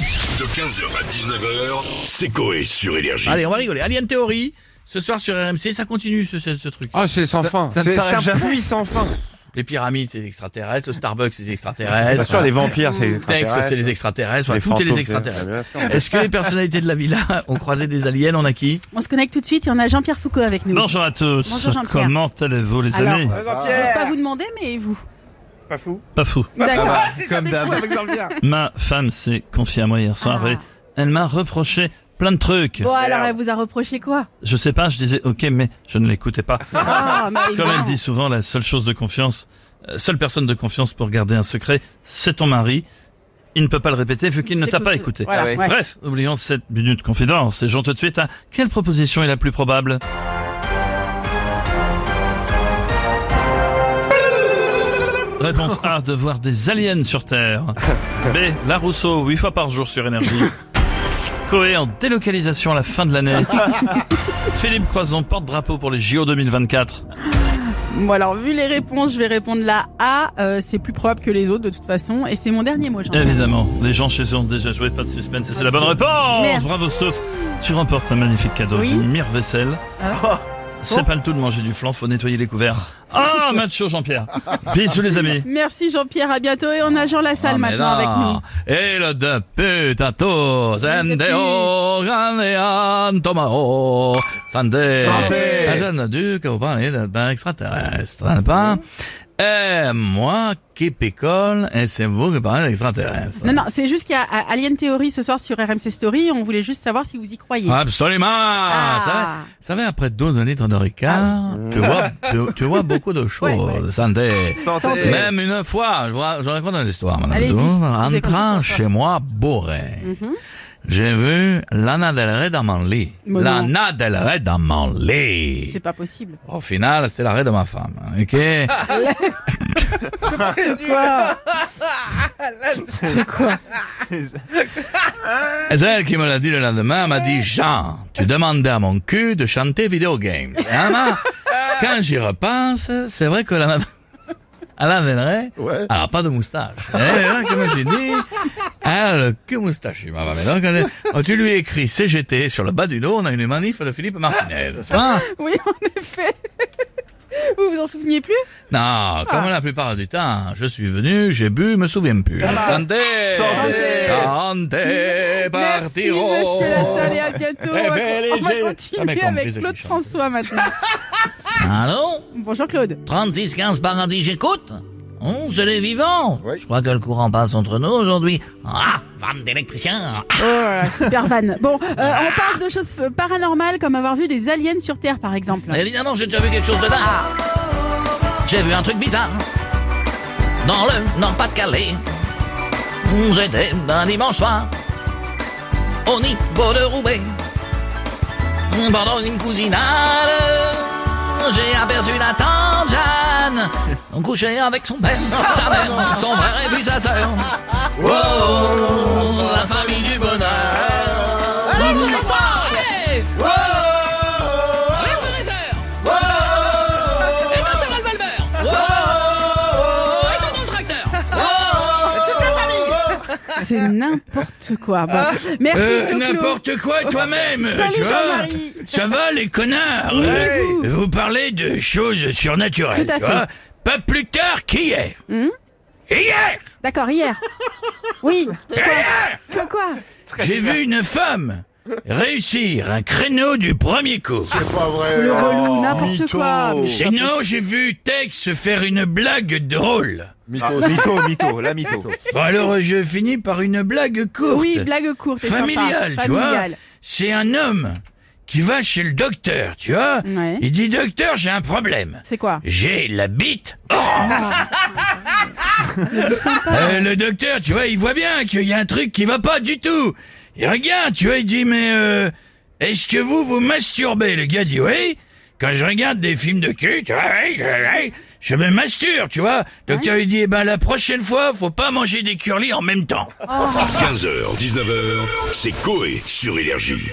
De 15h à 19h, c'est Coé sur Énergie. Allez, on va rigoler. Alien Theory, ce soir sur RMC, ça continue ce, ce- ce truc. Ah, c'est sans fin. ça ne C'est s'arrête c'est un jamais. puits sans fin. Les pyramides, c'est les extraterrestres. Le Starbucks, c'est les extraterrestres. Bien sûr, les vampires, c'est les Le Texte, c'est les extraterrestres. Voilà, tout est les extraterrestres. Est-ce que les personnalités de la villa ont croisé des aliens On a qui On se connecte tout de suite et on a Jean-Pierre Foucault avec nous. Bonjour à tous. Bonjour, Jean-Pierre. Comment allez-vous les Alors, amis J'ose pas vous demander, mais vous Pas fou. Pas fou. D'accord. Comme d'hab. Ma femme s'est confiée à moi hier soir Ah. et elle m'a reproché plein de trucs. Bon, alors, elle vous a reproché quoi Je sais pas, je disais ok mais je ne l'écoutais pas. Ah, mais Comme évidemment. elle dit souvent, la seule chose de confiance, euh, seule personne de confiance pour garder un secret, c'est ton mari. Il ne peut pas le répéter vu qu'il ne t'a pas écouté. Voilà, ouais. Bref, oublions cette minute confidence et j'en tout de suite à quelle proposition est la plus probable Réponse A, de voir des aliens sur Terre. B, la Rousseau, 8 fois par jour sur énergie. Coé en délocalisation à la fin de l'année. Philippe Croison, porte-drapeau pour les JO 2024. Bon, alors, vu les réponses, je vais répondre la A. euh, c'est plus probable que les autres, de toute façon. Et c'est mon dernier mot, Jean-Pierre. Évidemment, les gens chez eux ont déjà joué, pas de suspense, et c'est la bonne réponse Merci. Bravo Stouff Tu remportes un magnifique cadeau, Oui. Ah une mire vaisselle. C'est pas le tout de manger du flan, faut nettoyer les couverts. Ah, match chaud Jean-Pierre Bisous les amis Merci, Jean-Pierre. À bientôt. Et on a Jean Ah, Lassalle maintenant avec nous. Ah, Et le de putato, sendeo, grande tomao, santé. Santé. La jeune duc, vous parlez de bain extraterrestre, n'est-ce Mm-hmm. pas? Et moi qui picole, et c'est vous qui parlez d'extraterrestre. Non, non, c'est juste qu'il y a euh, Alien Theory ce soir sur RMC Story. On voulait juste savoir si vous y croyez. Absolument Ah. ça, va- ça va après 12 litres de Ricard, tu, vois, tu, tu vois beaucoup de choses. Ouais, Santé. Santé. Même une fois, je, vous ra- je raconte une histoire, madame. Allez-y, Dour. je vous écoute. Mm-hmm. Entrant chez moi, bourré, j'ai vu Lana Del Rey dans mon lit. Mais non. Lana Del Rey dans mon lit. C'est pas possible. Au final, c'était l'arrêt de ma femme. Ok. C'est quoi C'est elle qui me l'a dit le lendemain, elle m'a dit, Jean, tu demandais à mon cul de chanter Video Games. Ah, ma- quand j'y repense, c'est vrai que Lana, Lana Del Rey, elle a pas de moustache. Et donc, comme je l'ai dit, elle a le cul moustachu, ma femme. Et donc, elle- quand tu lui écris CGT sur le bas du dos, on a une manif de Philippe Martinez, n'est-ce pas? Oui, en effet. Vous vous en souveniez plus Ah. Non, comme la plupart du temps, je suis venu, j'ai bu, me souviens plus. Santé! Santé! Ah. Merci, Partirons! monsieur oh, Lassalle, et à Eh bientôt. On va- Révélez- On va ben, Ah, mais continuer compris, avec c'est Claude qui chante. François maintenant. Allô? Bonjour, Claude. 36 15 paradis, j'écoute. On se les vivants. Je crois que le courant passe entre nous aujourd'hui. Ah, femme d'électricien. Oh là là, super van. Bon, euh, Ah. on parle de choses euh, paranormales comme avoir vu des aliens sur Terre, par exemple. Ah, évidemment, j'ai déjà vu quelque chose de dingue. J'ai vu un truc bizarre. Dans le Nord-Pas-de-Calais. J'étais un dimanche soir. Au niveau de Roubaix. Pendant une cousinade. J'ai aperçu la tante Jeanne. Couchée avec son père, sa mère, son frère et puis sa sœur. Oh, la famille du bonheur. Allez, vous les sœurs, allez Allez, frères et sœurs et dans ce revolver Et toi dans le tracteur C'est n'importe quoi. Bon. Merci, Claude. Ah. Euh, N'importe quoi toi-même Oh, Salut, tu vois. Jean-Marie. Ça va les connards Oui, Euh, vous. vous parlez de choses surnaturelles. Tout à Eh, tu fait. vois. Pas plus tard qu'hier Hmm Hier D'accord, hier. Oui. Eh. Quoi, que quoi J'ai vu une femme réussir un créneau du premier coup. Oh, Le relou, n'importe mytho. quoi. Mais c'est pas Sinon, j'ai vu Tex faire une blague drôle. Mytho, mytho, mytho, la mytho. Bon alors, euh, je finis par une blague courte. Oui, blague courte et sympa. familiale, tu vois. Familiale. C'est un homme qui va chez le docteur, tu vois. Ouais. Il dit docteur, j'ai un problème. C'est quoi J'ai la bite. Euh, le docteur, tu vois, il voit bien qu'il y a un truc qui va pas du tout. Il regarde, tu vois, il dit mais euh, est-ce que vous vous masturbez Le gars dit oui. Quand je regarde des films de cul, tu vois, oui, je, oui, je me masturbe, tu vois. Le docteur lui dit eh ben la prochaine fois, faut pas manger des curlis en même temps. 15h, 19h, c'est Coé sur Énergie.